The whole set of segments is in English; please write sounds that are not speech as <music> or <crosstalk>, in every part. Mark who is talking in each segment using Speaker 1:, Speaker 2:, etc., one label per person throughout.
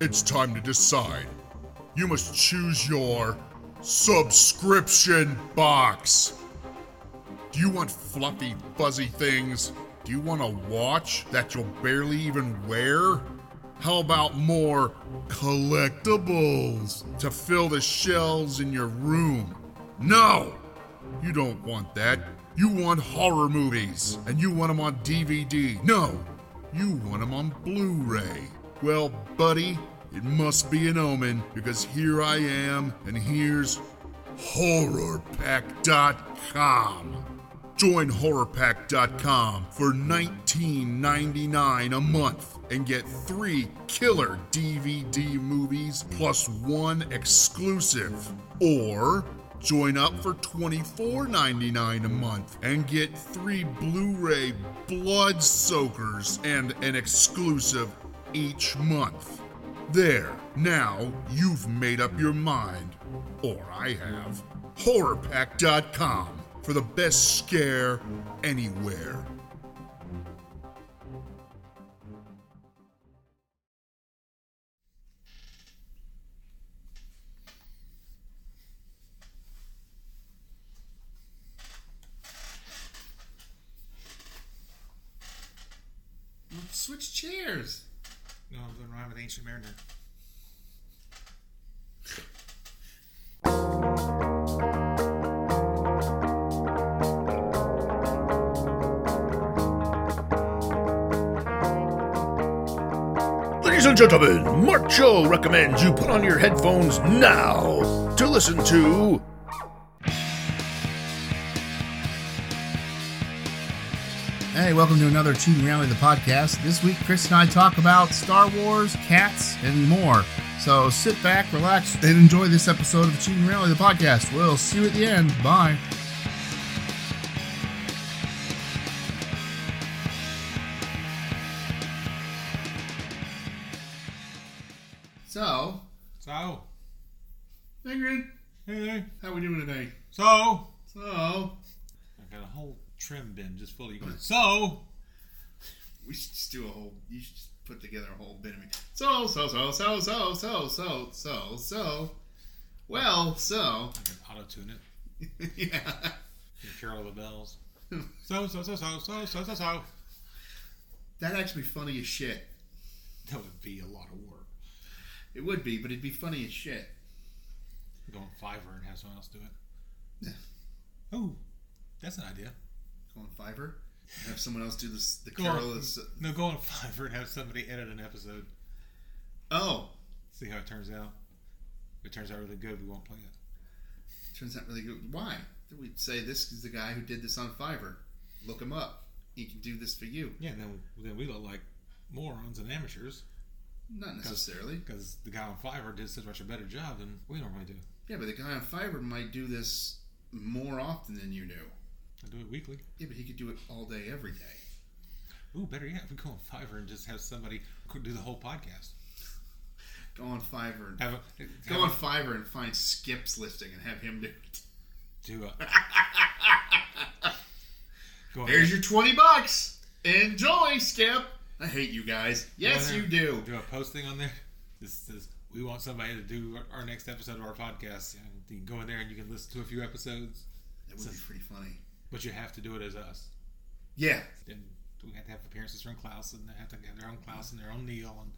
Speaker 1: It's time to decide. You must choose your subscription box. Do you want fluffy, fuzzy things? Do you want a watch that you'll barely even wear? How about more collectibles to fill the shelves in your room? No! You don't want that. You want horror movies, and you want them on DVD. No, you want them on Blu ray. Well, buddy, it must be an omen because here I am, and here's horrorpack.com. Join horrorpack.com for $19.99 a month and get three killer DVD movies plus one exclusive. Or join up for $24.99 a month and get three Blu ray blood soakers and an exclusive each month. There, now you've made up your mind. Or I have. HorrorPack.com for the best scare anywhere.
Speaker 2: Switch chairs.
Speaker 3: No, I'm doing wrong with Ancient Mariner.
Speaker 4: Ladies and gentlemen, Mark Cho recommends you put on your headphones now to listen to.
Speaker 2: Hey, welcome to another Tune Rally the podcast. This week, Chris and I talk about Star Wars, cats, and more. So sit back, relax, and enjoy this episode of Tune Rally the podcast. We'll see you at the end. Bye. So,
Speaker 3: So,
Speaker 2: Ingrid,
Speaker 3: hey there.
Speaker 2: how we doing today?
Speaker 3: So, I
Speaker 2: So,
Speaker 3: got a whole trim bin just full of you going, so,
Speaker 2: we should just do a whole. You should just put together a whole bit of me. So so so so so so so so so. Well, so <laughs>
Speaker 3: I can auto tune it.
Speaker 2: yeah.
Speaker 3: You can hear all the bells. So, so, so, so, so, so, so, so.
Speaker 2: That'd actually be funny as shit.
Speaker 3: That would be a lot of work.
Speaker 2: It would be, but it'd be funny as shit.
Speaker 3: Go on Fiverr and have someone else do it. Oh, that's an idea.
Speaker 2: Go on Fiverr, and have someone else do this. The
Speaker 3: Go on.
Speaker 2: careless.
Speaker 3: No, go on <laughs> Fiverr and have somebody edit an episode.
Speaker 2: Oh,
Speaker 3: See how it turns out. If it turns out really good, we won't play it.
Speaker 2: turns out really good. Why? Then We'd say this is the guy who did this on Fiverr. Look him up. He can do this for you.
Speaker 3: Yeah, then, then we look like morons and amateurs
Speaker 2: Not necessarily.
Speaker 3: because the guy on Fiverr did such a better job than we normally do.
Speaker 2: Yeah, but the guy on Fiverr might do this more often than you do.
Speaker 3: I do it weekly.
Speaker 2: Yeah, but he could do it all day, every day.
Speaker 3: Ooh, better yet, we go on Fiverr and just have somebody co- do the whole podcast.
Speaker 2: Go on Fiverr. And,
Speaker 3: Have a,
Speaker 2: go
Speaker 3: have
Speaker 2: on
Speaker 3: a-
Speaker 2: Fiverr and find Skip's listing and have him do it. <laughs>
Speaker 3: do a. go on,
Speaker 2: Here's your twenty bucks. Enjoy, Skip. I hate you guys. Yes,
Speaker 3: Go on
Speaker 2: you
Speaker 3: there.
Speaker 2: do.
Speaker 3: Do a posting on there. This says we want somebody to do our, our next episode of our podcast. And you can go in there and you can listen to a few episodes,
Speaker 2: That would be pretty funny.
Speaker 3: but you have to do it as us.
Speaker 2: Yeah,
Speaker 3: Then we have to have appearances from Klaus, and they have to have their own Klaus and their own Neil and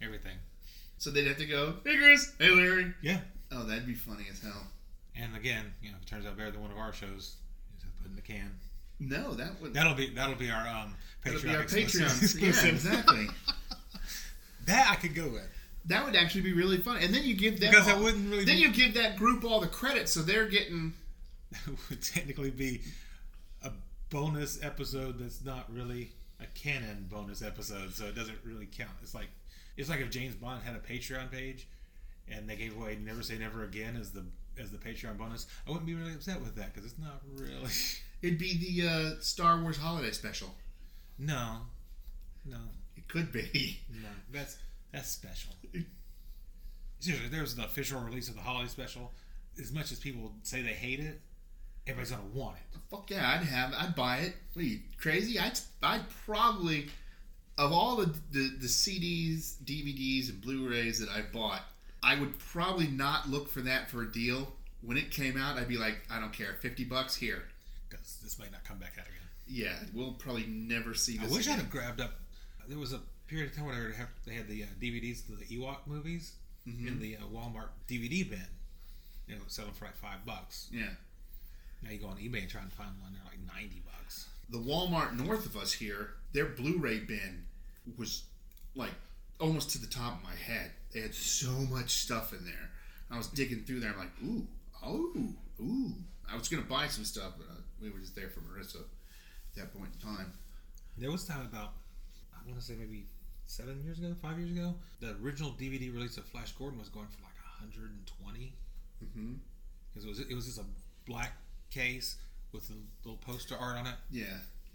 Speaker 3: everything.
Speaker 2: so they'd have to go. Hey, Chris. Hey, Larry.
Speaker 3: Yeah.
Speaker 2: Oh, that'd be funny as hell.
Speaker 3: And again, you know, if it turns out better than one of our shows, you just have to put it in the can.
Speaker 2: No, that would.
Speaker 3: That'll be that'll be our um, Patreon.
Speaker 2: That'd be our <laughs>
Speaker 3: exclusive-
Speaker 2: Patreon. yeah,
Speaker 3: exclusive.
Speaker 2: exactly.
Speaker 3: That I could go with
Speaker 2: That would actually be really fun. And then you give them
Speaker 3: because that
Speaker 2: all-
Speaker 3: wouldn't really
Speaker 2: Then
Speaker 3: be,
Speaker 2: you give that group all the credit, so they're getting.
Speaker 3: <laughs> would technically be a bonus episode that's not really a canon bonus episode, so it doesn't really count. It's like it's like if James Bond had a Patreon page and they gave away "Never Say Never Again" as the as the Patreon bonus. I wouldn't be really upset with that because it's not really <laughs>
Speaker 2: It'd be the uh, Star Wars holiday special.
Speaker 3: no, no,
Speaker 2: It could be. <laughs>
Speaker 3: no. That's that's special. Seriously, if there was an official release of the holiday special. As much as people say they hate it, everybody's gonna want it.
Speaker 2: Fuck yeah, I'd have, I'd buy it. What are you crazy? I'd, I'd probably of all the, the the CDs, DVDs, and Blu-rays that I bought, I would probably not look for that for a deal. When it came out, I'd be like, I don't care, fifty bucks here.
Speaker 3: because this might not come back out again.
Speaker 2: Yeah, we'll probably never see
Speaker 3: I
Speaker 2: this.
Speaker 3: wish I'd
Speaker 2: again.
Speaker 3: have grabbed up. There was a period of time when I would have, they had the uh, DVDs to the Ewok movies in the uh, Walmart DVD bin. You know, selling for like five bucks.
Speaker 2: Yeah,
Speaker 3: Now you go on eBay and try and find one, they're like ninety bucks.
Speaker 2: the Walmart north of us here, their Blu-ray bin was like almost to the top of my head. They had so much stuff in there. I was digging through there. I'm like, ooh, oh, ooh. I was gonna buy some stuff, but uh, we were just there for Marissa at that point in time.
Speaker 3: There was a time about, I want to say maybe seven years ago, five years ago, the original DVD release of Flash Gordon was going for like 120.
Speaker 2: Mhm.
Speaker 3: Because it was it was just a black case with a little poster art on it,
Speaker 2: Yeah,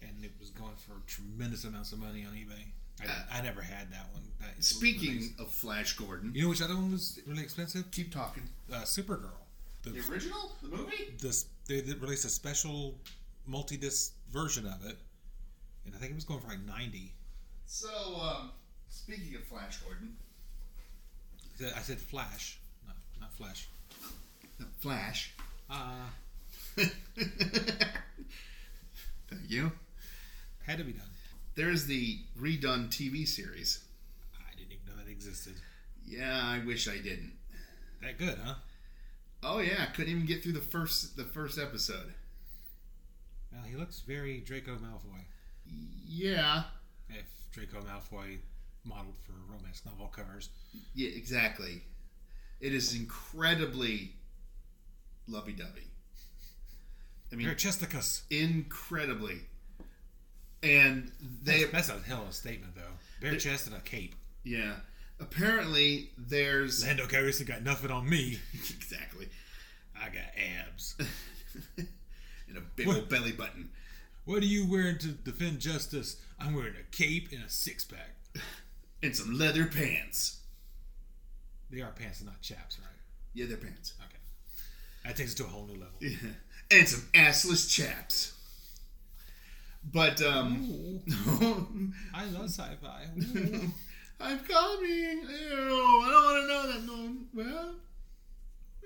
Speaker 3: and it was going for tremendous amounts of money on eBay. I,
Speaker 2: Uh,
Speaker 3: I never had that one. That
Speaker 2: Speaking
Speaker 3: release.
Speaker 2: of Flash Gordon,
Speaker 3: you know which other one was really expensive?
Speaker 2: keep talking.
Speaker 3: Uh, Supergirl. The,
Speaker 2: The original, the movie.
Speaker 3: this they they released a special multi-disc version of it, and I think it was going for like 90.
Speaker 2: So, um, speaking of Flash Gordon,
Speaker 3: I said- I said Flash, not, not Flash.
Speaker 2: the Flash. <laughs>
Speaker 3: Uh,
Speaker 2: Thank you.
Speaker 3: had to be done.
Speaker 2: There is the redone TV series.
Speaker 3: I didn't even know that existed.
Speaker 2: Yeah, I wish I didn't.
Speaker 3: That good, huh?
Speaker 2: Oh yeah, I couldn't even get through the first the first episode.
Speaker 3: Well, he looks very Draco Malfoy.
Speaker 2: Yeah,
Speaker 3: If Draco Malfoy modeled for romance novel covers,
Speaker 2: yeah, exactly. It is incredibly lovey-dovey. I mean,
Speaker 3: you're Chesticus.
Speaker 2: incredibly. And they
Speaker 3: that's, that's a hell of a statement, though. Bare chest and a cape.
Speaker 2: yeah. Apparently, there's <laughs>
Speaker 3: Lando Calrissian got nothing on me.
Speaker 2: exactly <laughs>
Speaker 3: I got abs.
Speaker 2: and a big
Speaker 3: What?
Speaker 2: old belly button.
Speaker 3: what are you wearing to defend justice? I'm wearing a cape and a six pack.
Speaker 2: and some leather pants.
Speaker 3: They are pants and not chaps, right?
Speaker 2: Yeah, they're pants.
Speaker 3: Okay. That takes it to a whole
Speaker 2: <laughs>
Speaker 3: new level.
Speaker 2: and some assless chaps. But um, <laughs>
Speaker 3: I love sci-fi. Ooh.
Speaker 2: I'm coming. Ew, I don't want to know that. No,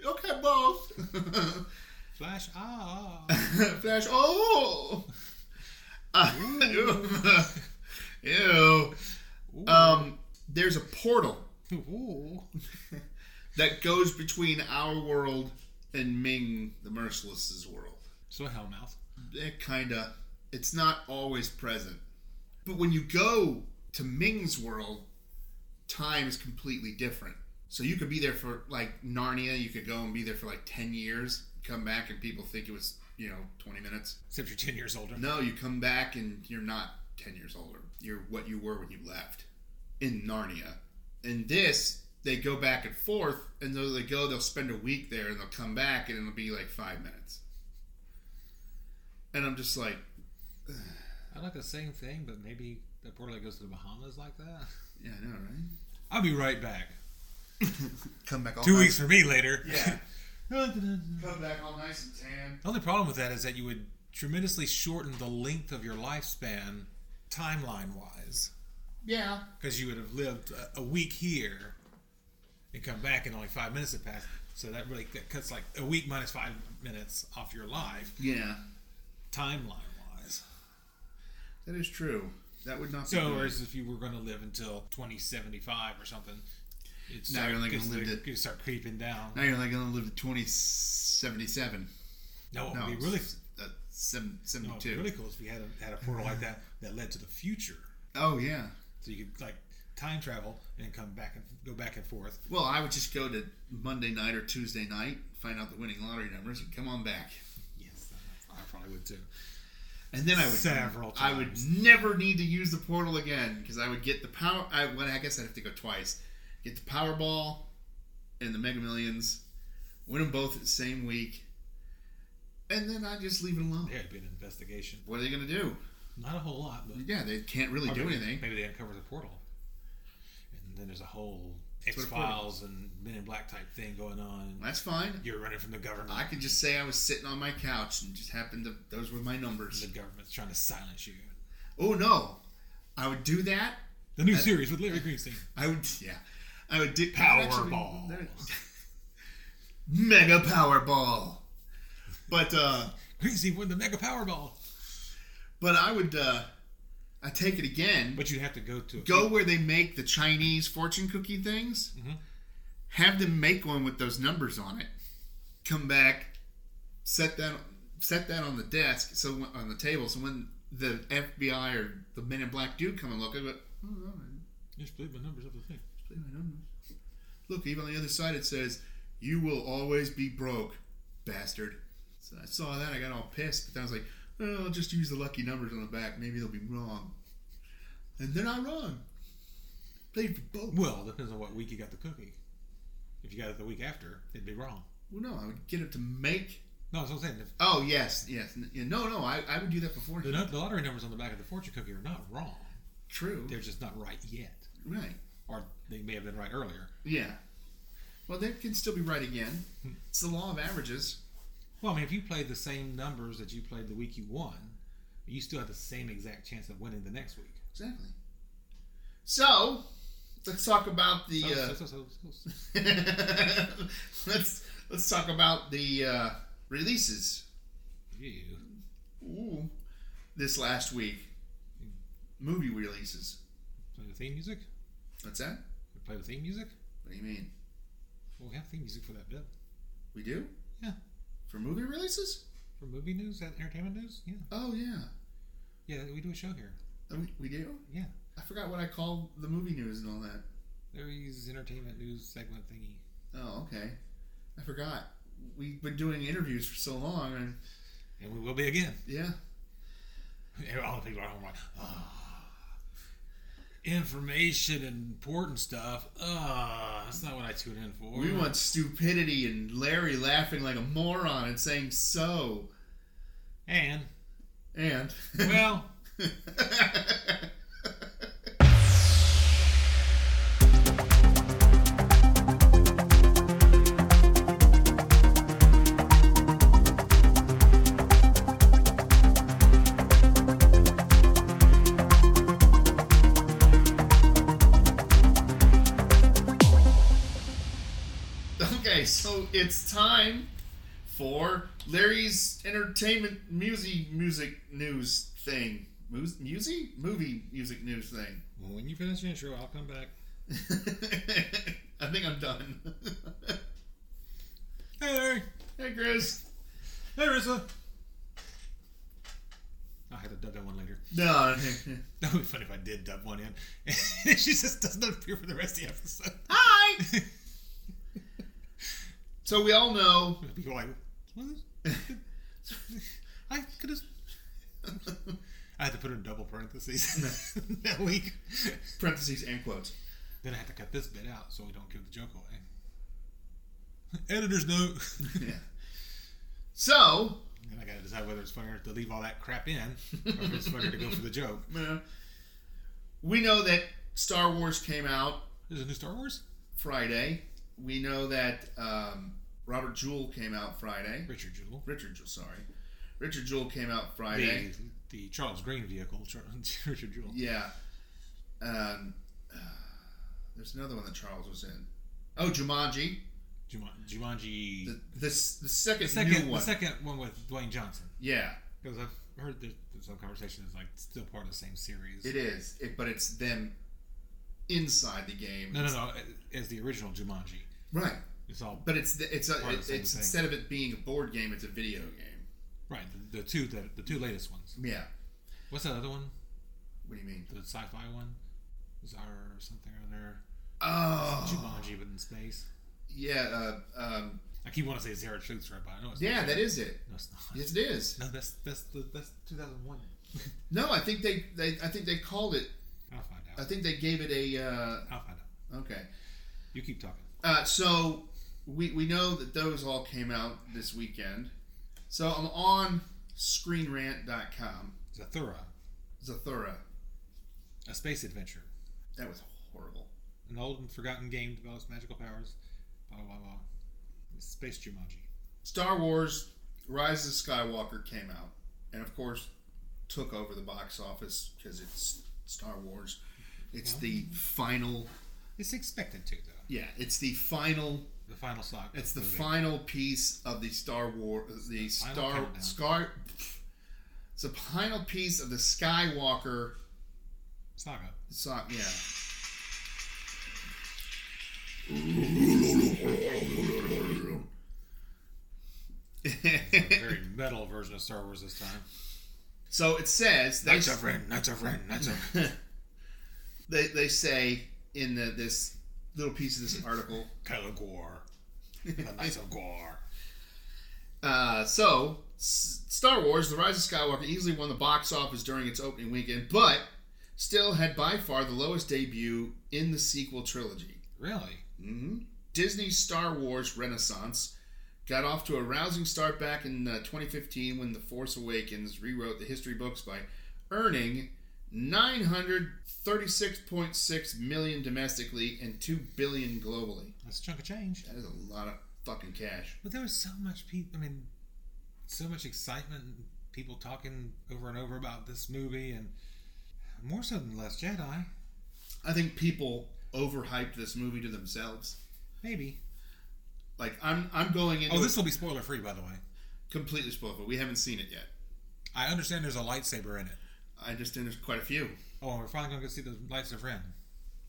Speaker 2: well, okay, both. <laughs>
Speaker 3: Flash, ah.
Speaker 2: Flash. Oh. <laughs> Uh, ew. Um, there's a portal
Speaker 3: Ooh.
Speaker 2: that goes between our world and Ming the Merciless's world.
Speaker 3: So a hellmouth.
Speaker 2: it kind of eh, it's not always present but when you go to ming's world time is completely different so you could be there for like narnia you could go and be there for like 10 years come back and people think it was you know 20 minutes
Speaker 3: Except you're 10 years older.
Speaker 2: no you come back and you're not 10 years older you're what you were when you left in narnia in this they go back and forth and though they go they'll spend a week there and they'll come back and it'll be like five minutes and i'm just like
Speaker 3: I like the same thing, but maybe the portal that goes to the Bahamas like that.
Speaker 2: Yeah, I know, right?
Speaker 3: I'll be right back.
Speaker 2: <laughs> Come back all
Speaker 3: Two
Speaker 2: nice.
Speaker 3: weeks for me later. <laughs>
Speaker 2: Yeah,
Speaker 3: the
Speaker 2: come back all nice and tan.
Speaker 3: only problem with that is that you would tremendously shorten the length of your lifespan timeline wise.
Speaker 2: Yeah,
Speaker 3: Because you would have lived a, a week here and come back and only five minutes had passed. So that really that cuts like a week minus five minutes off your life,
Speaker 2: yeah,
Speaker 3: timeline wise.
Speaker 2: that is true. That would not
Speaker 3: So,
Speaker 2: be good.
Speaker 3: whereas if you were going to live until 2075 or something, it's
Speaker 2: Now you're only gonna live to-
Speaker 3: You start creeping down.
Speaker 2: Now you're like gonna live to twenty seventy seven.
Speaker 3: No, it
Speaker 2: No,
Speaker 3: would be really,
Speaker 2: s- uh, seven,
Speaker 3: no, it'd
Speaker 2: 72.
Speaker 3: be really cool if you had a, had a portal
Speaker 2: Mm-hmm.
Speaker 3: like that that led to the future,
Speaker 2: Oh yeah.
Speaker 3: so you could like time travel and come back and go back and forth.
Speaker 2: Well, I would just go to Monday night or Tuesday night, find out the winning lottery numbers, and come on back.
Speaker 3: Yes, I probably would too.
Speaker 2: And then I would
Speaker 3: Several
Speaker 2: I would
Speaker 3: times.
Speaker 2: never need to use the portal again because I would get the power. I well, I guess I'd have to go twice. Get the Powerball and the Mega Millions, win them both the same week, and then I just leave it alone.
Speaker 3: There'd be an investigation.
Speaker 2: What are they gonna do?
Speaker 3: Not a whole lot, but
Speaker 2: Yeah, they can't really do
Speaker 3: maybe,
Speaker 2: anything.
Speaker 3: Maybe they uncover the portal, and then there's a whole X
Speaker 2: what a portal
Speaker 3: Files and Men in Black type thing going on.
Speaker 2: That's fine.
Speaker 3: You're running from the government.
Speaker 2: I could just say I was sitting on my couch and just happened to those were my numbers.
Speaker 3: the government's trying to silence you.
Speaker 2: Oh no, I would do that.
Speaker 3: The new series with Larry Greenstein.
Speaker 2: I would, yeah. I would do
Speaker 3: Powerball.
Speaker 2: actually- <laughs> Mega Powerball. But uh,
Speaker 3: Greenstein won the Mega Powerball.
Speaker 2: but I would uh, I take it again.
Speaker 3: But you'd have to go to a
Speaker 2: go where they make the Chinese fortune cookie things. Have them make one with those numbers on it. Come back, set that set that on the desk, so when- on the table. So when the FBI or the Men in Black do come and look, I go, oh, all right.
Speaker 3: You just played my numbers up the thing.
Speaker 2: Play my numbers. Look, even on the other side it says, "You will always be broke, bastard." So I saw that, I got all pissed, but then I was like, oh, "I'll just use the lucky numbers on the back. Maybe they'll be wrong." And they're not wrong. They for both.
Speaker 3: Well, it depends on what week you got the cookie. If you got it the week after, it'd be wrong.
Speaker 2: Well, no, I would get it to make.
Speaker 3: No, that's what I'm saying. If
Speaker 2: Oh yes, yes. N- yeah, No, no, I, I would do that before.
Speaker 3: the, nu- the lottery numbers on the back of the fortune cookie are not wrong.
Speaker 2: True.
Speaker 3: They're just not right yet.
Speaker 2: Right.
Speaker 3: Or they may have been right earlier.
Speaker 2: Yeah. Well, they can still be right again. It's the law of averages.
Speaker 3: Well, I mean, if you played the same numbers that you played the week you won, you still have the same exact chance of winning the next week.
Speaker 2: Exactly. So, let's talk about the.
Speaker 3: So,
Speaker 2: uh,
Speaker 3: so, so, so, so.
Speaker 2: <laughs> let's let's talk about the uh, releases.
Speaker 3: Ew.
Speaker 2: Ooh, this last week, movie releases.
Speaker 3: Play the theme music?
Speaker 2: What's that?
Speaker 3: We play the theme music?
Speaker 2: What do you mean?
Speaker 3: Well, we have theme music for that bit.
Speaker 2: We do?
Speaker 3: Yeah.
Speaker 2: For movie releases?
Speaker 3: For movie news, and entertainment news? Yeah.
Speaker 2: Oh yeah,
Speaker 3: Yeah, we do a show here.
Speaker 2: Oh, we- we do.
Speaker 3: Yeah.
Speaker 2: I forgot what I called the movie news and all that.
Speaker 3: Larry's entertainment news segment thingy.
Speaker 2: Oh okay, I forgot. We've been doing interviews for so long, and
Speaker 3: And we will be again.
Speaker 2: yeah,
Speaker 3: And All the people are home like, "Ah, information and important stuff. Ah, that's not what I tune in for.
Speaker 2: we want stupidity and Larry laughing like a moron and saying so.
Speaker 3: And
Speaker 2: And
Speaker 3: well,
Speaker 2: <laughs> Okay, so it's time for Larry's entertainment music music news thing. Mus- Music? Movie music news thing. <laughs>
Speaker 3: when you finish your intro, I'll come back.
Speaker 2: I think I'm done. <laughs>
Speaker 3: Hey, Larry.
Speaker 2: hey, Chris.
Speaker 3: Hey, Rissa. I had to dub that one later. <laughs>
Speaker 2: No.
Speaker 3: That would be funny if I did dub one in. <laughs> And she just doesn't appear for the rest of the episode. <laughs>
Speaker 2: Hi. so we all know. <laughs>
Speaker 3: People are like, what <laughs> is I could have. I had to put in double parentheses <laughs> that week.
Speaker 2: Parentheses and quotes.
Speaker 3: Then I had to cut this bit out so we don't give the joke away. <laughs> Editor's note. <laughs>
Speaker 2: Yeah. So
Speaker 3: and I got to decide whether it's funnier to leave all that crap in <laughs> or if it's funnier to go for the joke.
Speaker 2: uh, we know that Star Wars came out
Speaker 3: There's a new Star Wars.
Speaker 2: Friday. We know that um, Robert Jewell came out Friday.
Speaker 3: Richard Jewell.
Speaker 2: Richard Jewell, sorry. Richard Jewell came out
Speaker 3: The,
Speaker 2: Friday.
Speaker 3: the Charles Green vehicle. <laughs> Char- Richard Jewell.
Speaker 2: eh? Yeah. Um, uh, there's another one that Charles was in. Oh, Jumanji.
Speaker 3: Juman- Jumanji.
Speaker 2: The, the, s- the second,
Speaker 3: The second,
Speaker 2: new
Speaker 3: the
Speaker 2: one.
Speaker 3: second one with Dwayne Johnson.
Speaker 2: yeah,
Speaker 3: Because I've heard that there's some conversation is like still part of the same series.
Speaker 2: it is. It, but it's them inside the game.
Speaker 3: No, no, no. As the original Jumanji,
Speaker 2: Right.
Speaker 3: it's all right.
Speaker 2: But it's the, it's a,
Speaker 3: Part of
Speaker 2: it's
Speaker 3: the same thing.
Speaker 2: instead of it being a board game, it's a video game.
Speaker 3: The, the two, the, the two latest ones.
Speaker 2: Yeah.
Speaker 3: What's that other one?
Speaker 2: What do you mean?
Speaker 3: The sci-fi one, Bizarre or something or other.
Speaker 2: Oh,
Speaker 3: Jumanji, but in space.
Speaker 2: yeah. Uh, um, I
Speaker 3: I keep wanting to say Zero Truths, right? But I know it's
Speaker 2: yeah, that is it.
Speaker 3: No, it's not.
Speaker 2: Yes, it is.
Speaker 3: <laughs> No, that's that's the that's 2001.
Speaker 2: No, I think they, they I think they called it.
Speaker 3: I'll find
Speaker 2: I
Speaker 3: out.
Speaker 2: think they gave it a. Uh,
Speaker 3: I'll find out.
Speaker 2: okay,
Speaker 3: You keep talking.
Speaker 2: uh, so we we know that those all came out this weekend. So I'm on ScreenRant.com.
Speaker 3: Zathura,
Speaker 2: Zathura,
Speaker 3: a space adventure,
Speaker 2: that was horrible.
Speaker 3: an old and forgotten game develops magical powers. Blah blah blah. It's space Jumanji.
Speaker 2: Star Wars: Rise of Skywalker came out, and of course, took over the box office because it's Star Wars. It's the final.
Speaker 3: It's expected to though.
Speaker 2: Yeah, it's the final.
Speaker 3: The final stock.
Speaker 2: It's the
Speaker 3: movie.
Speaker 2: final piece of the Star War. uh, The
Speaker 3: final
Speaker 2: Star
Speaker 3: countdown.
Speaker 2: Scar. It's the final piece of the Skywalker. <laughs>
Speaker 3: saga.
Speaker 2: So, yeah.
Speaker 3: It's a very metal version of Star Wars this time.
Speaker 2: so it says they,
Speaker 3: Knights of Ren, Knights of Ren, Knights of.
Speaker 2: <laughs> they, they say in the, this little piece of this article
Speaker 3: Kylo Gore, the Knights of Gore.
Speaker 2: Uh, so, S- Star Wars: The Rise of Skywalker easily won the box office during its opening weekend, but still had by far the lowest debut in the sequel trilogy.
Speaker 3: Really?
Speaker 2: Disney's Mm-hmm. Star Wars renaissance got off to a rousing start back in uh, 2015 when The Force Awakens rewrote the history books by earning 936.6 million domestically and 2 billion globally.
Speaker 3: That's a chunk of change.
Speaker 2: That is a lot of fucking cash.
Speaker 3: But there was so much people. I mean, so much excitement. and People talking over and over about this movie, and more so than Last Jedi.
Speaker 2: I think people overhyped this movie to themselves.
Speaker 3: Maybe.
Speaker 2: Like I'm I'm going into
Speaker 3: Oh, this will be spoiler free, by the way.
Speaker 2: it completely spoiled, but we haven't seen it yet.
Speaker 3: I understand there's a lightsaber in it.
Speaker 2: I understand there's quite a few.
Speaker 3: Oh, and we're finally gonna go see the lights of Ren.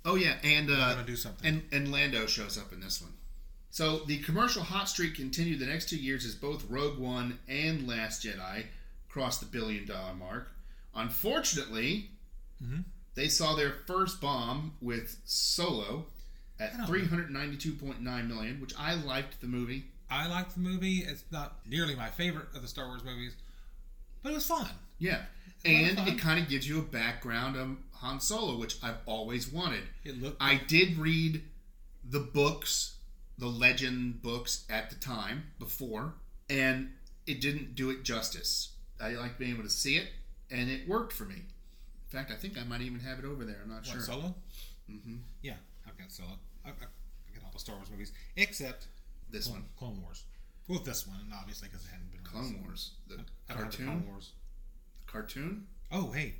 Speaker 2: Oh yeah, and
Speaker 3: We're
Speaker 2: uh,
Speaker 3: gonna do something.
Speaker 2: and and Lando shows up in this one. So the commercial hot streak continued the next two years as both Rogue One and Last Jedi crossed the billion dollar mark. Unfortunately,
Speaker 3: Mhm.
Speaker 2: they saw their first bomb with Solo at
Speaker 3: I don't know.
Speaker 2: 392.9 million, which I liked the movie.
Speaker 3: I liked the movie. It's not nearly my favorite of the Star Wars movies, but it was fun.
Speaker 2: Yeah.
Speaker 3: lot of
Speaker 2: And
Speaker 3: fun.
Speaker 2: it kind of gives you a background on Han Solo, which I've always wanted.
Speaker 3: It looked.
Speaker 2: I did read the books, the legend books at the time before, and it didn't do it justice. I like being able to see it, and it worked for me. In fact, I think I might even have it over there. I'm not
Speaker 3: What,
Speaker 2: sure.
Speaker 3: Solo? Mm-hmm. Yeah, I've got Solo. I've, I've got all the Star Wars movies except
Speaker 2: This
Speaker 3: Clone,
Speaker 2: one,
Speaker 3: Clone Wars. Well, this one, and obviously, because it hadn't been
Speaker 2: Clone
Speaker 3: released.
Speaker 2: Wars, the
Speaker 3: I don't have the Clone
Speaker 2: cartoon.
Speaker 3: Wars.
Speaker 2: Cartoon
Speaker 3: Oh, hey,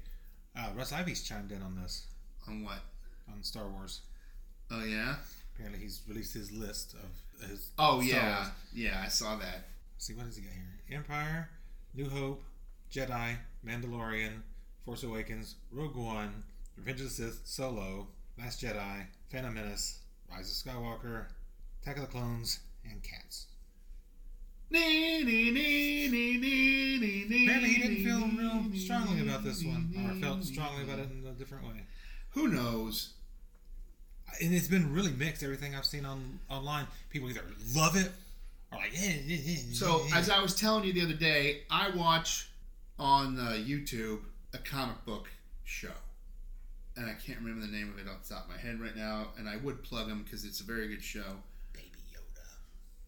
Speaker 3: uh, Russ Ivy's chimed in on this
Speaker 2: on what?
Speaker 3: on Star Wars.
Speaker 2: Oh yeah.
Speaker 3: Apparently, he's released his list of his.
Speaker 2: Oh
Speaker 3: Star
Speaker 2: yeah.
Speaker 3: Wars.
Speaker 2: Yeah, I saw that.
Speaker 3: see, what does he got here? Empire, New Hope, Jedi, Mandalorian, Force Awakens, Rogue One, Revenge of the Sith, Solo, Last Jedi, Phantom Menace, Rise of Skywalker, Attack of the Clones, and Cats.
Speaker 2: Nee, nee, nee, nee, nee, nee, nee,
Speaker 3: Apparently, he didn't feel
Speaker 2: nee,
Speaker 3: real
Speaker 2: nee,
Speaker 3: strongly about
Speaker 2: nee,
Speaker 3: this one,
Speaker 2: nee,
Speaker 3: or felt
Speaker 2: nee,
Speaker 3: strongly
Speaker 2: nee.
Speaker 3: about it in a different way.
Speaker 2: Who knows?
Speaker 3: And it's been really mixed. Everything I've seen on online, people either love it or like. Eh, eh, eh,
Speaker 2: So,
Speaker 3: eh.
Speaker 2: as I was telling you the other day, I watch on uh, YouTube a comic book show. And I can't remember the name of it off the top of my head right now. And I would plug them because it's a very good show.
Speaker 3: Baby Yoda,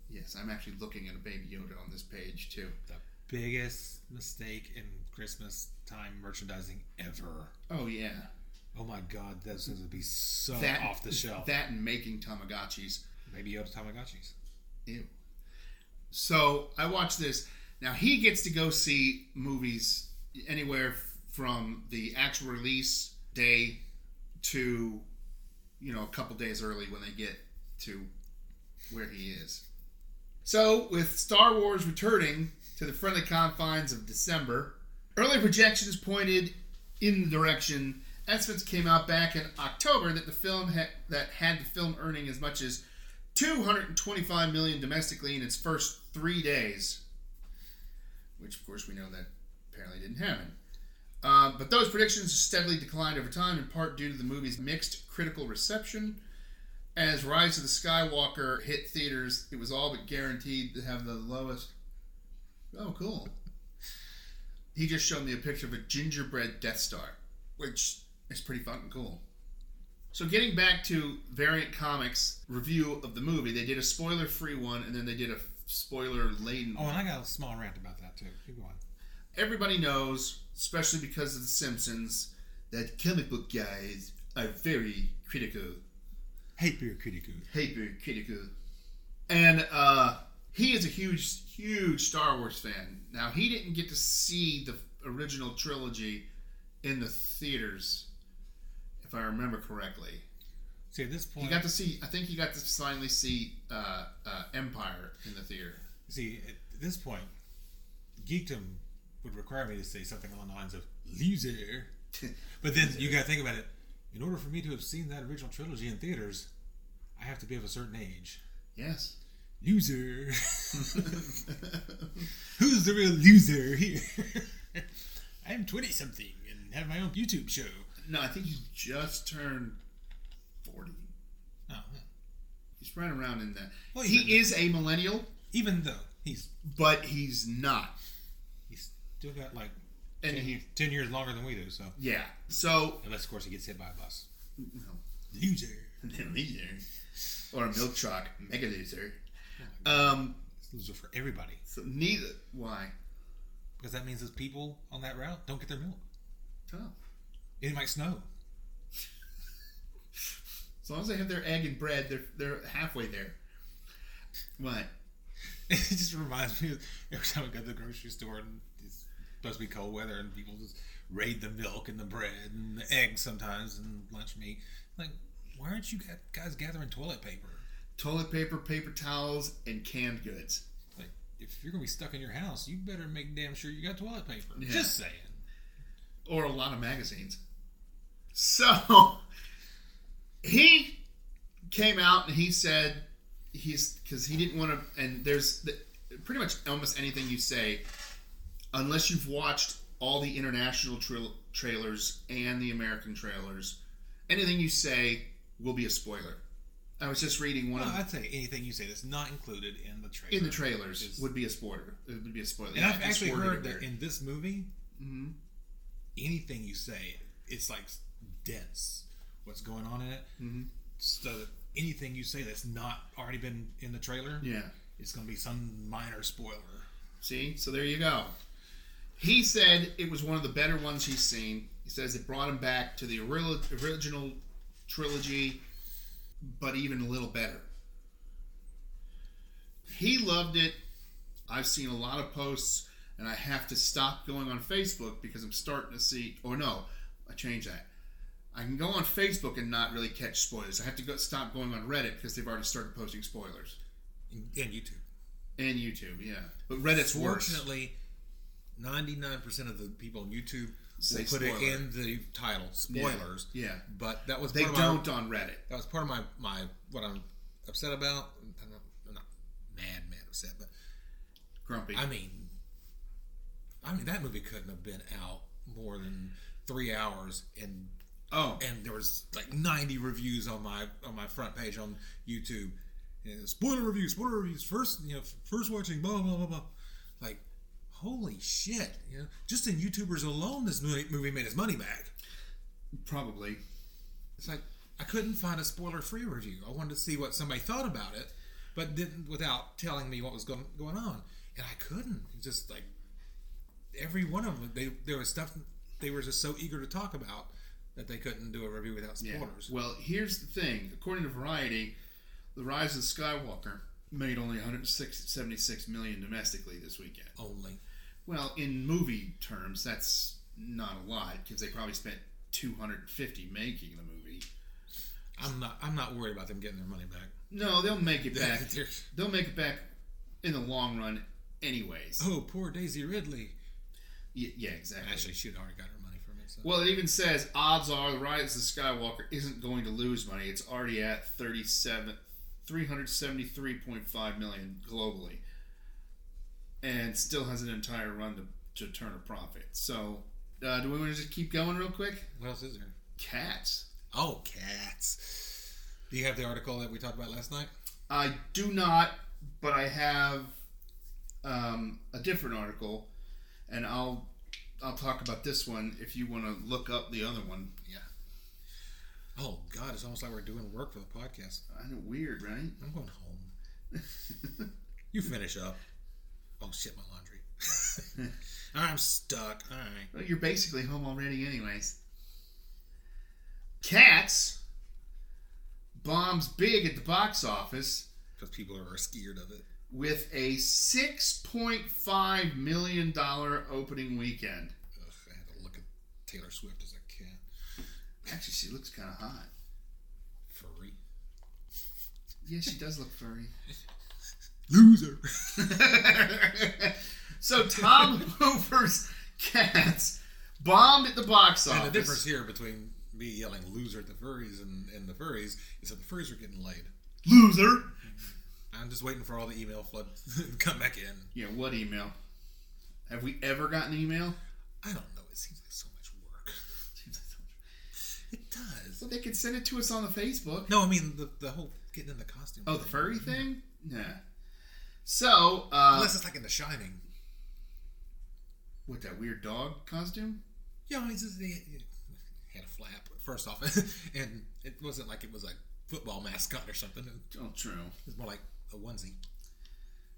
Speaker 2: Yes, I'm actually looking at a Baby Yoda on this page, too.
Speaker 3: the biggest mistake in Christmas time merchandising ever.
Speaker 2: Oh, yeah.
Speaker 3: Oh my God, that's going to be so
Speaker 2: That
Speaker 3: Oh, off the shelf.
Speaker 2: That and making Tamagotchis.
Speaker 3: Baby Yoda Tamagotchis.
Speaker 2: Ew. So I watched this. Now he gets to go see movies anywhere f- from the actual release day to, you know, a couple days early when they get to where he is. So with Star Wars returning to the friendly confines of December, early projections pointed in the direction. Estimates came out back in October that the film had, that had the film earning as much as 225 million domestically in its first three days, which of course we know that apparently didn't happen. Um, but those predictions steadily declined over time, in part due to the movie's mixed critical reception. As Rise of the Skywalker hit theaters, it was all but guaranteed to have the lowest. Oh, cool. He just showed me a picture of a gingerbread Death Star, which is pretty fucking cool. So getting back to Variant Comics review of the movie, they did a spoiler-free one, and then they did a spoiler-laden.
Speaker 3: Oh, and I got a small rant about that too. Keep going.
Speaker 2: Everybody knows, especially because of The Simpsons, that comic book guys are very critical,
Speaker 3: Hyper critical.
Speaker 2: hyper critical. And uh, he is a huge, huge Star Wars fan. Now, he didn't get to see the original trilogy in the theaters if I remember correctly.
Speaker 3: See, at this point,
Speaker 2: You got to see. I think you got to finally see uh, uh, Empire in the theater.
Speaker 3: see, at this point, geekdom would require me to say something along the lines of loser. But then you got to think about it. In order for me to have seen that original trilogy in theaters, I have to be of a certain age.
Speaker 2: Yes.
Speaker 3: Loser. Who's the real loser here? <laughs> I'm 20 something and have my own YouTube show.
Speaker 2: no, I think he just turned forty.
Speaker 3: Oh, huh.
Speaker 2: He's right around in that.
Speaker 3: Well, he's
Speaker 2: he is a millennial,
Speaker 3: even though he's
Speaker 2: but he's not.
Speaker 3: he's still got like
Speaker 2: And
Speaker 3: 10,
Speaker 2: he,
Speaker 3: 10 years longer than we do, so.
Speaker 2: yeah. So
Speaker 3: Unless, of course, he gets hit by a bus.
Speaker 2: no,
Speaker 3: Loser.
Speaker 2: loser or a milk truck mega loser. Um.
Speaker 3: It's loser for everybody.
Speaker 2: So neither. Why?
Speaker 3: Because that means those people on that route don't get their milk.
Speaker 2: Oh.
Speaker 3: It might snow. <laughs>
Speaker 2: As long as they have their egg and bread, they're they're halfway there. What?
Speaker 3: It just reminds me of every time I go to the grocery store and it's supposed to be cold weather and people just raid the milk and the bread and the eggs sometimes and lunch meat. Like, why aren't you gu- guys gathering toilet paper?
Speaker 2: Toilet paper, paper towels, and canned goods.
Speaker 3: Like, if you're gonna be stuck in your house, you better make damn sure you got toilet paper.
Speaker 2: Yeah.
Speaker 3: Just saying.
Speaker 2: or a lot of magazines. So <laughs> he came out and he said he's because he didn't want to. And there's the, pretty much almost anything you say, unless you've watched all the international trail trailers and the American trailers, anything you say will be a spoiler. I was just reading one
Speaker 3: No,
Speaker 2: of
Speaker 3: I'd say anything you say that's not included in the trailer.
Speaker 2: in the trailers
Speaker 3: Is-
Speaker 2: would be a spoiler. It would be a spoiler.
Speaker 3: And
Speaker 2: Yeah,
Speaker 3: I've
Speaker 2: I
Speaker 3: actually
Speaker 2: swear to
Speaker 3: heard that
Speaker 2: God.
Speaker 3: in this movie,
Speaker 2: Mm-hmm.
Speaker 3: anything you say, it's like dense. What's going on in it? Mm-hmm. So that anything you say that's not already been in the trailer,
Speaker 2: yeah.
Speaker 3: it's going to be some minor spoiler.
Speaker 2: See, so there you go. He said it was one of the better ones he's seen. He says it brought him back to the ori- original trilogy, but even a little better. He loved it. I've seen a lot of posts, and I have to stop going on Facebook because I'm starting to see. Or no, I changed that. I can go on Facebook and not really catch spoilers. I have to go stop going on Reddit because they've already started posting spoilers
Speaker 3: And YouTube.
Speaker 2: and YouTube. Yeah, but Reddit's worse.
Speaker 3: Fortunately, ninety nine percent of the people on YouTube
Speaker 2: Say
Speaker 3: will put it
Speaker 2: spoiler.
Speaker 3: in the title spoilers.
Speaker 2: Yeah.
Speaker 3: But that was
Speaker 2: They
Speaker 3: part of my-
Speaker 2: don't on Reddit.
Speaker 3: that was part of my, my what I'm upset about. I'm not, I'm not mad, mad upset, but
Speaker 2: Grumpy.
Speaker 3: I mean, I mean that movie couldn't have been out more than three hours, and
Speaker 2: oh,
Speaker 3: and there was like ninety reviews on my on my front page on YouTube. And spoiler reviews, spoiler reviews. First, you know, first watching, blah blah blah blah. Like, holy shit! You know, just in YouTubers alone, this movie, movie made its money back.
Speaker 2: probably.
Speaker 3: It's like I couldn't find a spoiler-free review. I wanted to see what somebody thought about it, but didn't without telling me what was going going on, and I couldn't. It's just like every one of them, they there was stuff they were just so eager to talk about that they couldn't do a review without
Speaker 2: Yeah.
Speaker 3: spoilers.
Speaker 2: Well, here's the thing. According to Variety, The Rise of Skywalker made only 176 million domestically this weekend.
Speaker 3: Only
Speaker 2: Well, in movie terms, that's not a lot because they probably spent 250 making the movie.
Speaker 3: I'm not I'm not worried about them getting their money back.
Speaker 2: No, they'll make
Speaker 3: <laughs>
Speaker 2: it back.
Speaker 3: They're-
Speaker 2: they'll make it back in the long run, anyways.
Speaker 3: Oh, poor Daisy Ridley.
Speaker 2: Y- yeah, exactly.
Speaker 3: Actually, she'd already got her money from it. So.
Speaker 2: Well, it even says odds are the Rise of Skywalker isn't going to lose money. It's already at 37 373.5 million globally. And still has an entire run to, to turn a profit. So, uh, do we want to just keep going real quick?
Speaker 3: What else is there?
Speaker 2: Cats.
Speaker 3: Oh, cats. Do you have the article that we talked about last night?
Speaker 2: I do not, but I have um, a different article, and I'll I'll talk about this one if you want to look up the other one.
Speaker 3: Yeah. Oh God, it's almost like we're doing work for the podcast.
Speaker 2: I know, weird, right?
Speaker 3: I'm going home.
Speaker 2: <laughs>
Speaker 3: you finish up. Oh shit, my laundry. <laughs> I'm stuck. All right.
Speaker 2: Well, you're basically home already, anyways. Cats bombs big at the box office
Speaker 3: Because people are scared of it.
Speaker 2: with a $6.5 million opening weekend.
Speaker 3: Ugh, I had to look at Taylor Swift as a cat.
Speaker 2: Actually, she looks kind of hot.
Speaker 3: Furry.
Speaker 2: Yeah, she does look furry. <laughs>
Speaker 3: <laughs> Loser.
Speaker 2: so
Speaker 3: <laughs>
Speaker 2: Tom Hoover's cats bombed at the box
Speaker 3: And
Speaker 2: office.
Speaker 3: the difference here between me yelling "loser" at the furries and, and the furries is that the furries are getting laid.
Speaker 2: Loser.
Speaker 3: I'm just waiting for all the email flood <laughs> to come back in.
Speaker 2: Yeah, what email? Have we ever gotten an email?
Speaker 3: I don't know. It seems like so much
Speaker 2: <laughs>
Speaker 3: work. It does.
Speaker 2: Well, they could send it to us on the Facebook.
Speaker 3: No, I mean the, the whole getting in the costume.
Speaker 2: Oh, the
Speaker 3: thing.
Speaker 2: furry thing? Nah. So, uh,
Speaker 3: Unless it's like in The Shining.
Speaker 2: what that weird dog costume?
Speaker 3: Yeah, he's just, he had a flap first off, <laughs> and it wasn't like it was a football mascot or something. It
Speaker 2: Oh, true.
Speaker 3: was more like a onesie.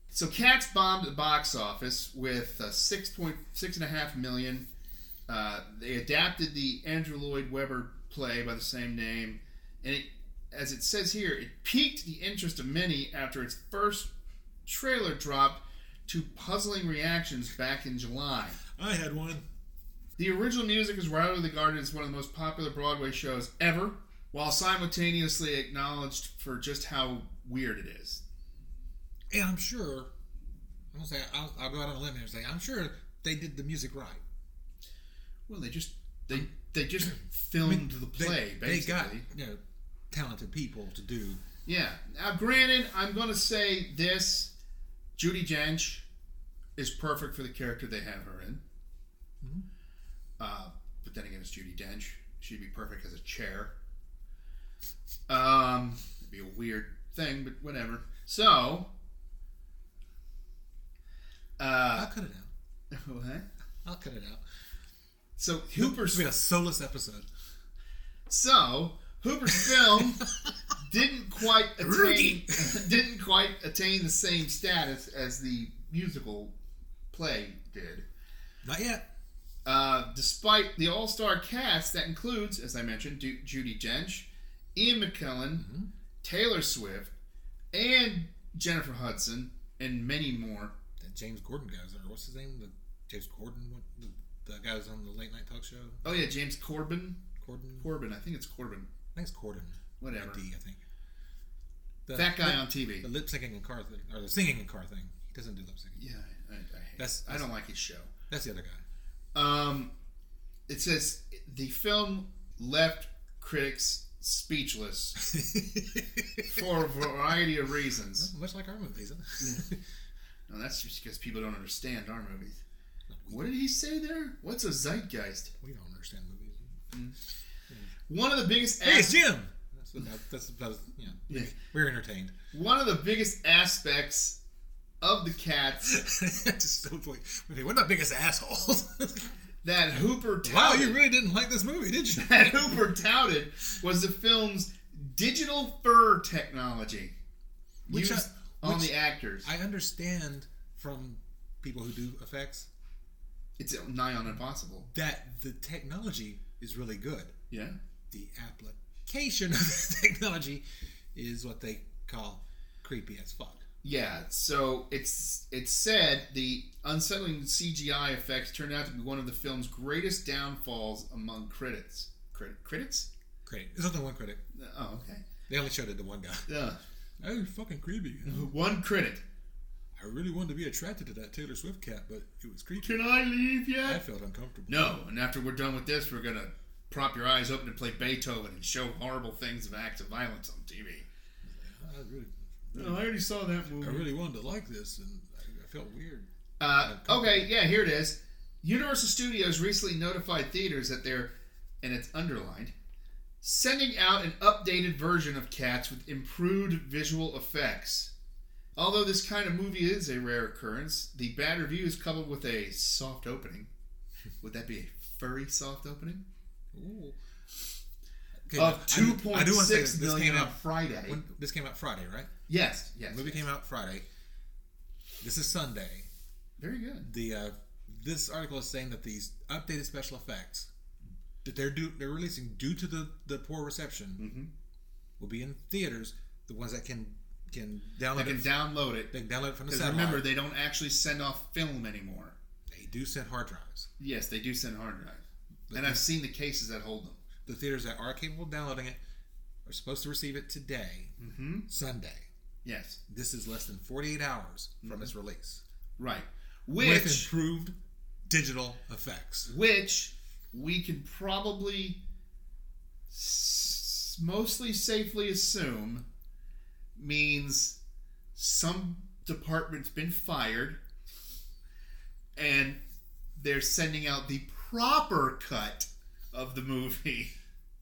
Speaker 2: So Cats bombed the box office with uh, six point six and a half million. Uh, they adapted the Andrew Lloyd Webber play by the same name, and it, as it says here, it piqued the interest of many after its first trailer dropped to puzzling reactions back in July.
Speaker 3: I had one.
Speaker 2: The original music is Ride Over the Garden is one of the most popular Broadway shows ever, while simultaneously acknowledged for just how weird it is.
Speaker 3: And I'm sure, I'm gonna say, I'll, I'll go out on a limb here and say, I'm sure they did the music right.
Speaker 2: Well, they just they they just filmed the
Speaker 3: They-
Speaker 2: play
Speaker 3: they,
Speaker 2: basically.
Speaker 3: got you know talented people to do.
Speaker 2: Yeah. Now, granted, I'm going to say this: Judy Dench is perfect for the character they have her in. Uh, but then again, it's Judy Dench. She'd be perfect as a chair. Um, it'd be a weird thing, but whatever. So, uh,
Speaker 3: I'll cut it out.
Speaker 2: <laughs> what?
Speaker 3: I'll cut it out.
Speaker 2: so
Speaker 3: It's
Speaker 2: Hooper's
Speaker 3: been a soulless episode.
Speaker 2: So Hooper's
Speaker 3: <laughs>
Speaker 2: film didn't quite attain
Speaker 3: Rudy.
Speaker 2: didn't quite attain the same status as the musical play did.
Speaker 3: Not yet.
Speaker 2: Uh, despite the all-star cast that includes, as I mentioned, Ju- Judy Dench, Ian McKellen,
Speaker 3: Mm-hmm.
Speaker 2: Taylor Swift, and Jennifer Hudson, and many more.
Speaker 3: That James Gordon guy was there. What's his name? The James Gordon, what, the, the guy who's on the late night talk show.
Speaker 2: Oh yeah, James Corbin,
Speaker 3: Corden.
Speaker 2: Corbin, I think it's Corbin,
Speaker 3: I think it's Corden.
Speaker 2: whatever.
Speaker 3: A D, I think. The,
Speaker 2: That guy
Speaker 3: the-
Speaker 2: on TV.
Speaker 3: The lip syncing and car thing, or the singing and car thing. He doesn't do lip syncing.
Speaker 2: Yeah, I, I, I, hate
Speaker 3: That's-
Speaker 2: I don't like his show.
Speaker 3: That's the other guy. <laughs>
Speaker 2: Um, it says the film left critics speechless for a variety of reasons.
Speaker 3: Much like our movies. Huh?
Speaker 2: No, that's just because people don't understand our movies. What did he say there? What's a zeitgeist?
Speaker 3: <laughs> we don't understand movies.
Speaker 2: One of the biggest
Speaker 3: Hey, it's
Speaker 2: as-
Speaker 3: Jim. That's what that, that's that was, yeah.
Speaker 2: Yeah.
Speaker 3: We're entertained. <laughs>
Speaker 2: one of the biggest aspects of the cats
Speaker 3: Just so funny. Okay, We're not biggest assholes. <laughs>
Speaker 2: that Hooper
Speaker 3: wow,
Speaker 2: touted,
Speaker 3: you really didn't like this movie, did you?
Speaker 2: <laughs> that Hooper touted was the film's digital fur technology
Speaker 3: Which I-
Speaker 2: used on
Speaker 3: which-
Speaker 2: the actors.
Speaker 3: <laughs> I understand from people who do effects
Speaker 2: it's nigh on impossible.
Speaker 3: that the technology is really good.
Speaker 2: Yeah.
Speaker 3: The application <laughs> of the technology is what they call creepy as fuck.
Speaker 2: Yeah, so it's it's said the unsettling CGI effects turned out to be one of the film's greatest downfalls among critics. Crit- critics?
Speaker 3: Great. There's only one critic.
Speaker 2: Oh, okay.
Speaker 3: They only showed it to one guy.
Speaker 2: Uh,
Speaker 3: That was fucking creepy.
Speaker 2: one critic.
Speaker 3: I really wanted to be attracted to that Taylor Swift cat, but it was creepy.
Speaker 2: Can I leave
Speaker 3: I
Speaker 2: yet?
Speaker 3: felt uncomfortable.
Speaker 2: No. And after we're done with this, we're gonna prop your eyes open and play Beethoven and show horrible things of acts of violence on TV.
Speaker 3: I really,
Speaker 2: No, I already saw that
Speaker 3: I really wanted to like this, and I, I felt weird.
Speaker 2: Uh, okay, yeah, here it is. Universal Studios recently notified theaters that they're, and it's underlined, sending out an updated version of Cats with improved visual effects. Although this kind of movie is a rare occurrence, the bad reviews coupled with a soft opening. <laughs> Would that be a furry soft opening?
Speaker 3: Ooh. Okay,
Speaker 2: Of
Speaker 3: I do-
Speaker 2: two
Speaker 3: I
Speaker 2: point
Speaker 3: do wanna say
Speaker 2: six
Speaker 3: this
Speaker 2: million
Speaker 3: came
Speaker 2: on
Speaker 3: out
Speaker 2: Friday.
Speaker 3: When, this came out Friday, right?
Speaker 2: yes, yes.
Speaker 3: The movie came out Friday. This is Sunday.
Speaker 2: Very good.
Speaker 3: The uh, this article is saying that these updated special effects that they're do, they're releasing due to the, the poor reception
Speaker 2: Mm-hmm.
Speaker 3: will be in theaters. The ones that can can download
Speaker 2: I can
Speaker 3: it,
Speaker 2: download it.
Speaker 3: they can download it from the
Speaker 2: Because
Speaker 3: satellite.
Speaker 2: remember, they don't actually send off film anymore.
Speaker 3: they do send hard drives.
Speaker 2: Yes, they do send hard drive. And I've seen the cases that hold them.
Speaker 3: the theaters that are capable of downloading it are supposed to receive it today,
Speaker 2: Mm.
Speaker 3: mm-hmm. Sunday.
Speaker 2: Yes.
Speaker 3: This is less than 48 hours from its release.
Speaker 2: Right.
Speaker 3: With
Speaker 2: Mm-hmm. Which
Speaker 3: improved digital effects.
Speaker 2: which we can probably s- mostly safely assume means some department's been fired and they're sending out the proper cut of the movie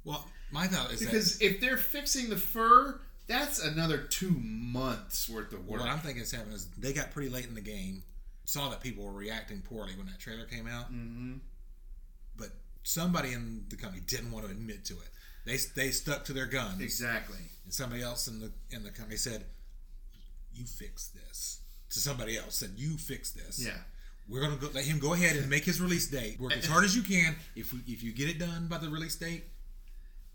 Speaker 3: Well, my thought is that
Speaker 2: because if they're fixing the fur that's another two months worth of work
Speaker 3: what I'm thinking is happening is they got pretty late in the game, saw that people were reacting poorly when that trailer came out, mm-hmm. but somebody in the company didn't want to admit to it. They, they stuck to their guns,
Speaker 2: exactly
Speaker 3: and somebody else in the in the company said, "You fix this." To somebody else said, "You fix this."
Speaker 2: yeah <laughs>
Speaker 3: We're gonna go, let him go ahead and make his release date. Work as hard as you can. If we, if you get it done by the release date,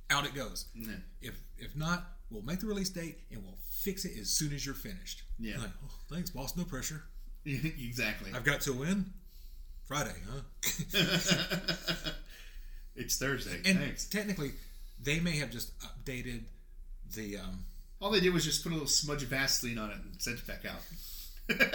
Speaker 3: out it goes.
Speaker 2: Yeah.
Speaker 3: If if not, we'll make the release date and we'll fix it as soon as you're finished.
Speaker 2: Yeah.
Speaker 3: Like, oh, thanks, boss. No pressure.
Speaker 2: exactly
Speaker 3: I've got to win. Friday, huh?
Speaker 2: <laughs> it's thursday
Speaker 3: and
Speaker 2: thanks
Speaker 3: technically, they may have just updated the. Um,
Speaker 2: All they did was just put a little smudge of Vaseline on it and sent it back out.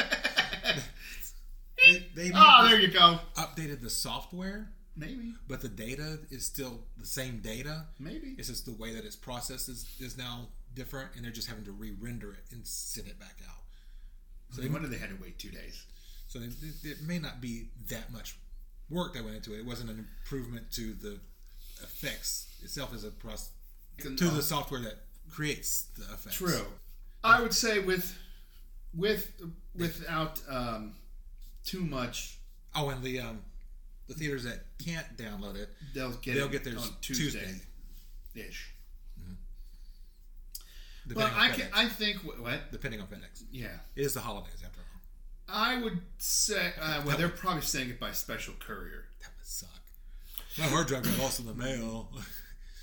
Speaker 2: <laughs>
Speaker 3: they, they may
Speaker 2: Oh,
Speaker 3: have
Speaker 2: there you go.
Speaker 3: updated the software,
Speaker 2: Maybe,
Speaker 3: but the data is still the same data.
Speaker 2: maybe.
Speaker 3: It's just the way that it's processed is, is now different, and they're just having to re-render it and send it back out.
Speaker 2: So they wonder they had to wait two days.
Speaker 3: So it, it, it may not be that much work that went into it. It wasn't an improvement to the effects itself as a process
Speaker 2: It's
Speaker 3: to the
Speaker 2: enough.
Speaker 3: software that creates the effects.
Speaker 2: uh, True. I would say with, with, without um, too much,
Speaker 3: Oh, and the um, the theaters that can't download it,
Speaker 2: they'll get
Speaker 3: they'll
Speaker 2: it
Speaker 3: get theirs
Speaker 2: on
Speaker 3: Tuesday.
Speaker 2: Tuesday ish. But
Speaker 3: depending on
Speaker 2: I can,
Speaker 3: FedEx.
Speaker 2: I think what?
Speaker 3: depending on FedEx,
Speaker 2: Yeah,
Speaker 3: it is the holidays after all.
Speaker 2: I would say. Uh, well, they're probably saying it by special courier.
Speaker 3: That would suck. My hard drive got lost in the mail.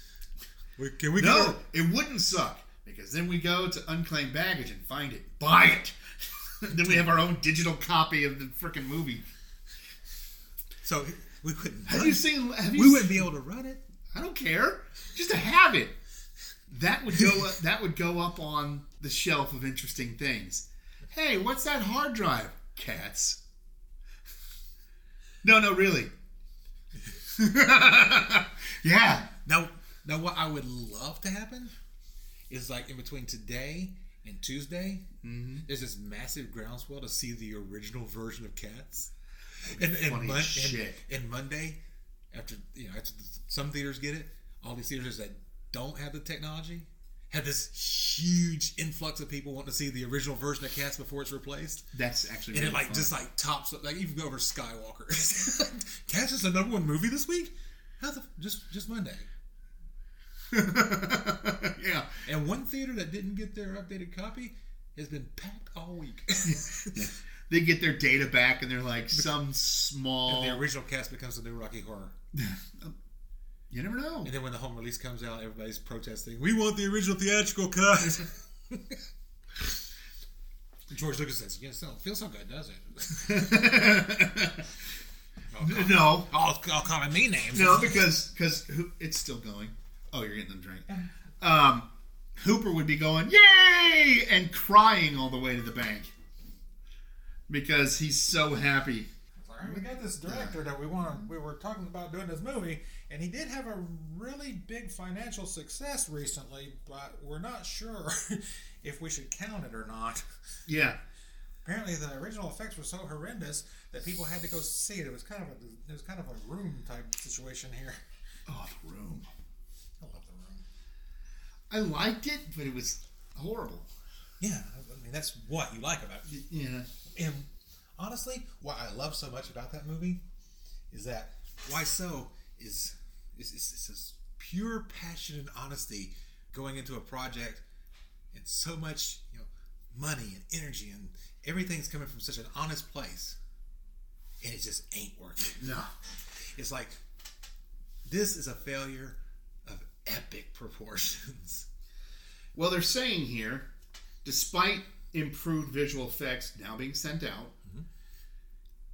Speaker 3: <laughs> we, can we get
Speaker 2: No,
Speaker 3: our-
Speaker 2: it wouldn't suck because then we go to unclaimed baggage and find it, buy it. <laughs> then we have our own digital copy of the freaking movie.
Speaker 3: So we couldn't.
Speaker 2: Have
Speaker 3: run
Speaker 2: you
Speaker 3: it.
Speaker 2: seen? Have you?
Speaker 3: we wouldn't be able to run it.
Speaker 2: I don't care. Just to have it. That would go. Up, that would go up on the shelf of interesting things. Hey, what's that hard drive? Cats. <laughs> No, no, really. <laughs> yeah.
Speaker 3: Now, now, what I would love to happen is like in between today and Tuesday,
Speaker 2: Mm-hmm.
Speaker 3: there's this massive groundswell to see the original version of Cats. And, and,
Speaker 2: funny
Speaker 3: Mon- and-
Speaker 2: shit.
Speaker 3: and, Monday, after you know, after some theaters get it, all these theaters that don't have the technology have this huge influx of people wanting to see the original version of Cats before it's replaced.
Speaker 2: That's actually.
Speaker 3: And
Speaker 2: Really
Speaker 3: it like
Speaker 2: fun.
Speaker 3: just like tops up, like even go over Skywalker. <laughs> Cats is the number one movie this week. How the just just Monday.
Speaker 2: <laughs> yeah.
Speaker 3: And one theater that didn't get their updated copy has been packed all week. <laughs>
Speaker 2: they get their data back and they're like some small
Speaker 3: the original cast becomes the new Rocky Horror.
Speaker 2: you never know
Speaker 3: And then when the home release comes out, everybody's protesting. We want the original theatrical cut. <laughs> George Lucas says, "Yes, it don't feel so good, does it?"
Speaker 2: <laughs>
Speaker 3: <laughs>
Speaker 2: no
Speaker 3: all, all calling me names.
Speaker 2: no because because it's still going oh you're getting them drink um hooper would be going yay and crying all the way to the bank because he's so happy
Speaker 3: All right, we got this director that we want. to We were talking about doing this movie, and he did have a really big financial success recently, but we're not sure <laughs> if we should count it or not.
Speaker 2: yeah
Speaker 3: Apparently, the original effects were so horrendous that people had to go see it. It was kind of a it was kind of a room type situation here. <laughs>
Speaker 2: oh the room
Speaker 3: I love the room.
Speaker 2: i liked it but it was horrible
Speaker 3: Yeah, I- I mean that's what you like about it.
Speaker 2: yeah
Speaker 3: And honestly, what I love so much about that movie is that why so is is is, is this pure passion and honesty going into a project and so much you know money and energy and everything's coming from such an honest place, and it just ain't working.
Speaker 2: <laughs> no
Speaker 3: It's like this is a failure of epic proportions. <laughs>
Speaker 2: Well, they're saying here, despite improved visual effects now being sent out,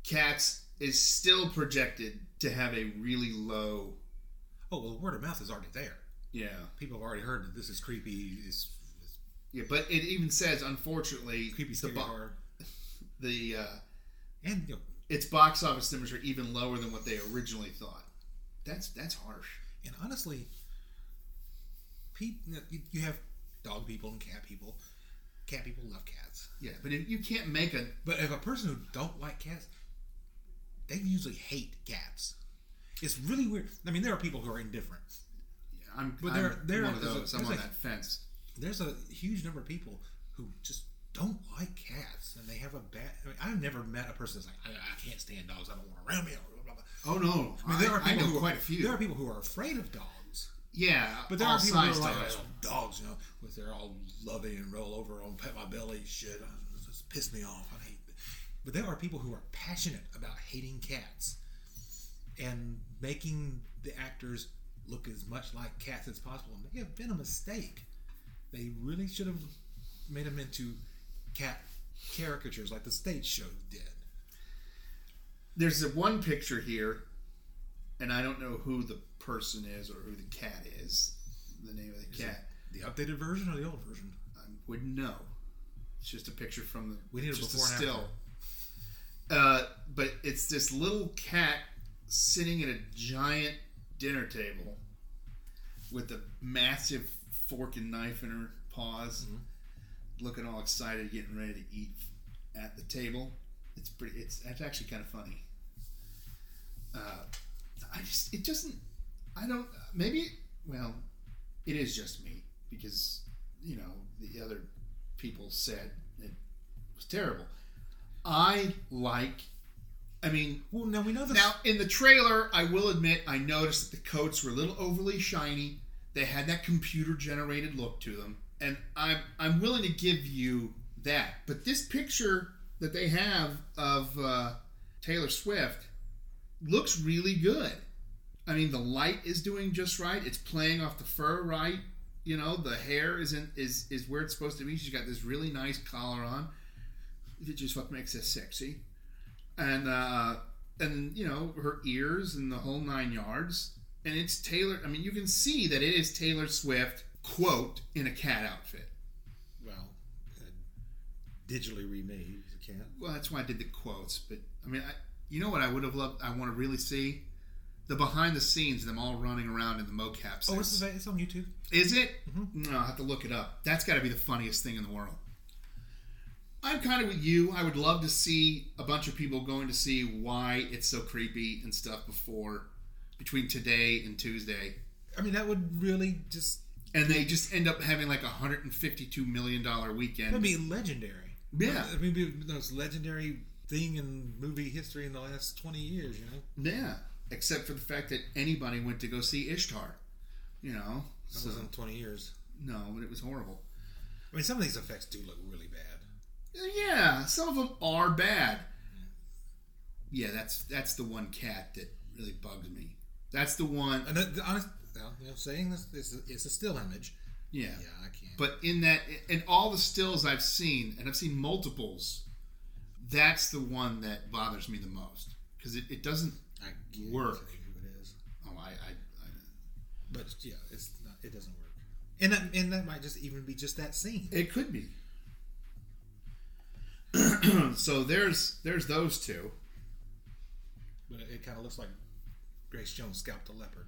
Speaker 2: Cats is still projected to have a really low
Speaker 3: oh well, word of mouth is already there.
Speaker 2: Yeah.
Speaker 3: People have already heard that this is creepy. It's, it's
Speaker 2: Yeah, but it even says, unfortunately,
Speaker 3: creepy,
Speaker 2: the,
Speaker 3: scary
Speaker 2: bo-
Speaker 3: horror,
Speaker 2: the uh,
Speaker 3: and you know,
Speaker 2: its box office numbers are even lower than what they originally thought. That's that's harsh.
Speaker 3: and honestly, pe- you, know, you- you have dog people and cat people. Cat people love cats,
Speaker 2: Yeah, but if you can't make a
Speaker 3: but if a person who don't like cats, they usually hate cats. It's really weird. I mean, there are people who are indifferent.
Speaker 2: I'm,
Speaker 3: But
Speaker 2: I'm
Speaker 3: there- there
Speaker 2: one of
Speaker 3: is a-
Speaker 2: those. I'm
Speaker 3: there's
Speaker 2: on
Speaker 3: like-
Speaker 2: that fence.
Speaker 3: There's a huge number of people who just don't like cats, and they have a bad. I mean, I've never met a person that's like, I, I can't stand dogs. I don't want 'em around me. Blah, blah, blah.
Speaker 2: Oh no,
Speaker 3: I mean, there are people
Speaker 2: know
Speaker 3: who
Speaker 2: quite
Speaker 3: are,
Speaker 2: a few.
Speaker 3: There are people who are afraid of dogs,
Speaker 2: yeah,
Speaker 3: but there
Speaker 2: all
Speaker 3: are people who are
Speaker 2: size
Speaker 3: like
Speaker 2: dogs.
Speaker 3: "Oh, dogs, you know, with their all loving and roll over on pet my belly shit. uh, This just piss me off. I hate. it." But there are people who are passionate about hating cats and making the actors look as much like cats as possible. And may have been a mistake. They really should have made them into cat caricatures like the stage show did.
Speaker 2: There's a one picture here, and I don't know who the person is or who the cat is. The name of the cat,
Speaker 3: The updated version or the old version?
Speaker 2: I wouldn't know. It's just a picture from the.
Speaker 3: We need a
Speaker 2: just
Speaker 3: before and
Speaker 2: still. Uh, but it's this little cat sitting at a giant dinner table with a massive fork and knife in her paws,
Speaker 3: Mm-hmm.
Speaker 2: looking all excited, getting ready to eat at the table. It's pretty. It's, it's actually kind of funny. Uh, I just it doesn't. I don't. Maybe well, it is just me because you know the other people said it was terrible. I like. I mean,
Speaker 3: Well, now we know this.
Speaker 2: now, in the trailer, I will admit I noticed that the coats were a little overly shiny. They had that computer generated look to them. And I'm I'm willing to give you that. But this picture that they have of uh, Taylor Swift looks really good. I mean the light is doing just right. It's playing off the fur right. You know, the hair isn't is is where it's supposed to be. She's got this really nice collar on. It just what makes her sexy. And uh and you know her ears and the whole nine yards and it's taylor i mean you can see that it is taylor swift quote in a cat outfit
Speaker 3: well, uh, digitally remade. You can't.
Speaker 2: well that's why i did the quotes but i mean I, you know what i would have loved i want to really see the behind the scenes them all running around in the mocap
Speaker 3: Oh,
Speaker 2: sets.
Speaker 3: it's, it's on YouTube.
Speaker 2: Is it? No, I'll have to look it up. That's got to be the funniest thing in the world. I'm kind of with you. I would love to see a bunch of people going to see why it's so creepy and stuff before, between today and Tuesday.
Speaker 3: I mean, that would really just
Speaker 2: And they just end up having like a $152 million weekend.
Speaker 3: that'd be legendary.
Speaker 2: Yeah.
Speaker 3: I mean, be the most legendary thing in movie history in the last twenty years. You know,
Speaker 2: yeah. Except for the fact that anybody went to go see Ishtar. You know?
Speaker 3: that
Speaker 2: So,
Speaker 3: wasn't twenty years.
Speaker 2: no, but it was horrible.
Speaker 3: I mean, some of these effects do look really bad.
Speaker 2: Yeah, some of them are bad. Yeah, that's that's the one cat that really bugs me. That's the one.
Speaker 3: And the, the honest, well, you know, saying this, it's a, it's a still image.
Speaker 2: Yeah.
Speaker 3: Yeah, I can't.
Speaker 2: But in that, in all the stills I've seen, and I've seen multiples, that's the one that bothers me the most because it, it doesn't.
Speaker 3: I can't
Speaker 2: Work.
Speaker 3: tell you who it is.
Speaker 2: Oh, I, I,
Speaker 3: But yeah, it's not. It doesn't work. And that, and that might just even be just that scene.
Speaker 2: I it could be. <clears throat> so there's there's those two.
Speaker 3: But it, kind of looks like Grace Jones scalped a leopard.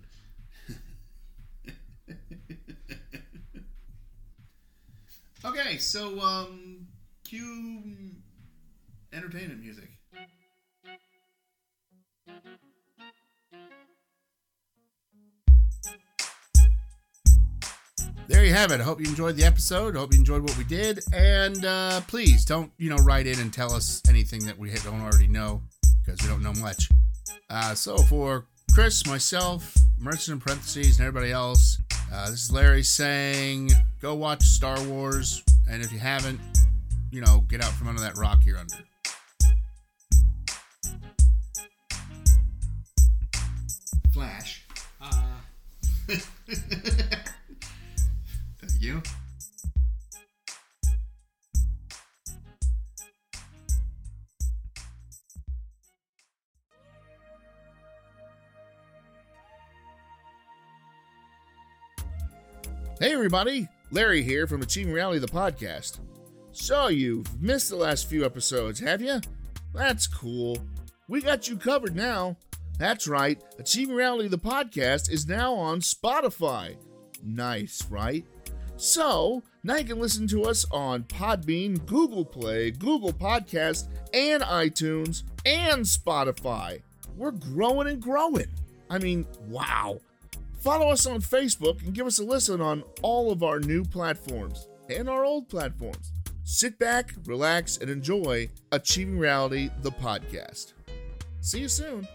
Speaker 2: Okay, so um, cue entertainment music.
Speaker 5: there you have it. I hope you enjoyed the episode. I hope you enjoyed what we did. And uh, please don't, you know, write in and tell us anything that we don't already know because we don't know much. Uh, so for Chris, myself, Merchant in parentheses, and everybody else, uh, this is Larry saying go watch Star Wars. And if you haven't, you know, get out from under that rock you're under.
Speaker 2: Flash.
Speaker 3: Uh,
Speaker 2: Thank you. Hey, everybody. Larry here from Achieving Reality, the podcast. So, you've missed the last few episodes, have you? That's cool. We got you covered now. That's right. Achieving Reality, the podcast, is now on Spotify. Nice, right? So, now you can listen to us on Podbean, Google Play, Google Podcast, and iTunes, and Spotify. We're growing and growing. I mean, wow. Follow us on Facebook and give us a listen on all of our new platforms and our old platforms. Sit back, relax, and enjoy Achieving Reality, the podcast. See you soon.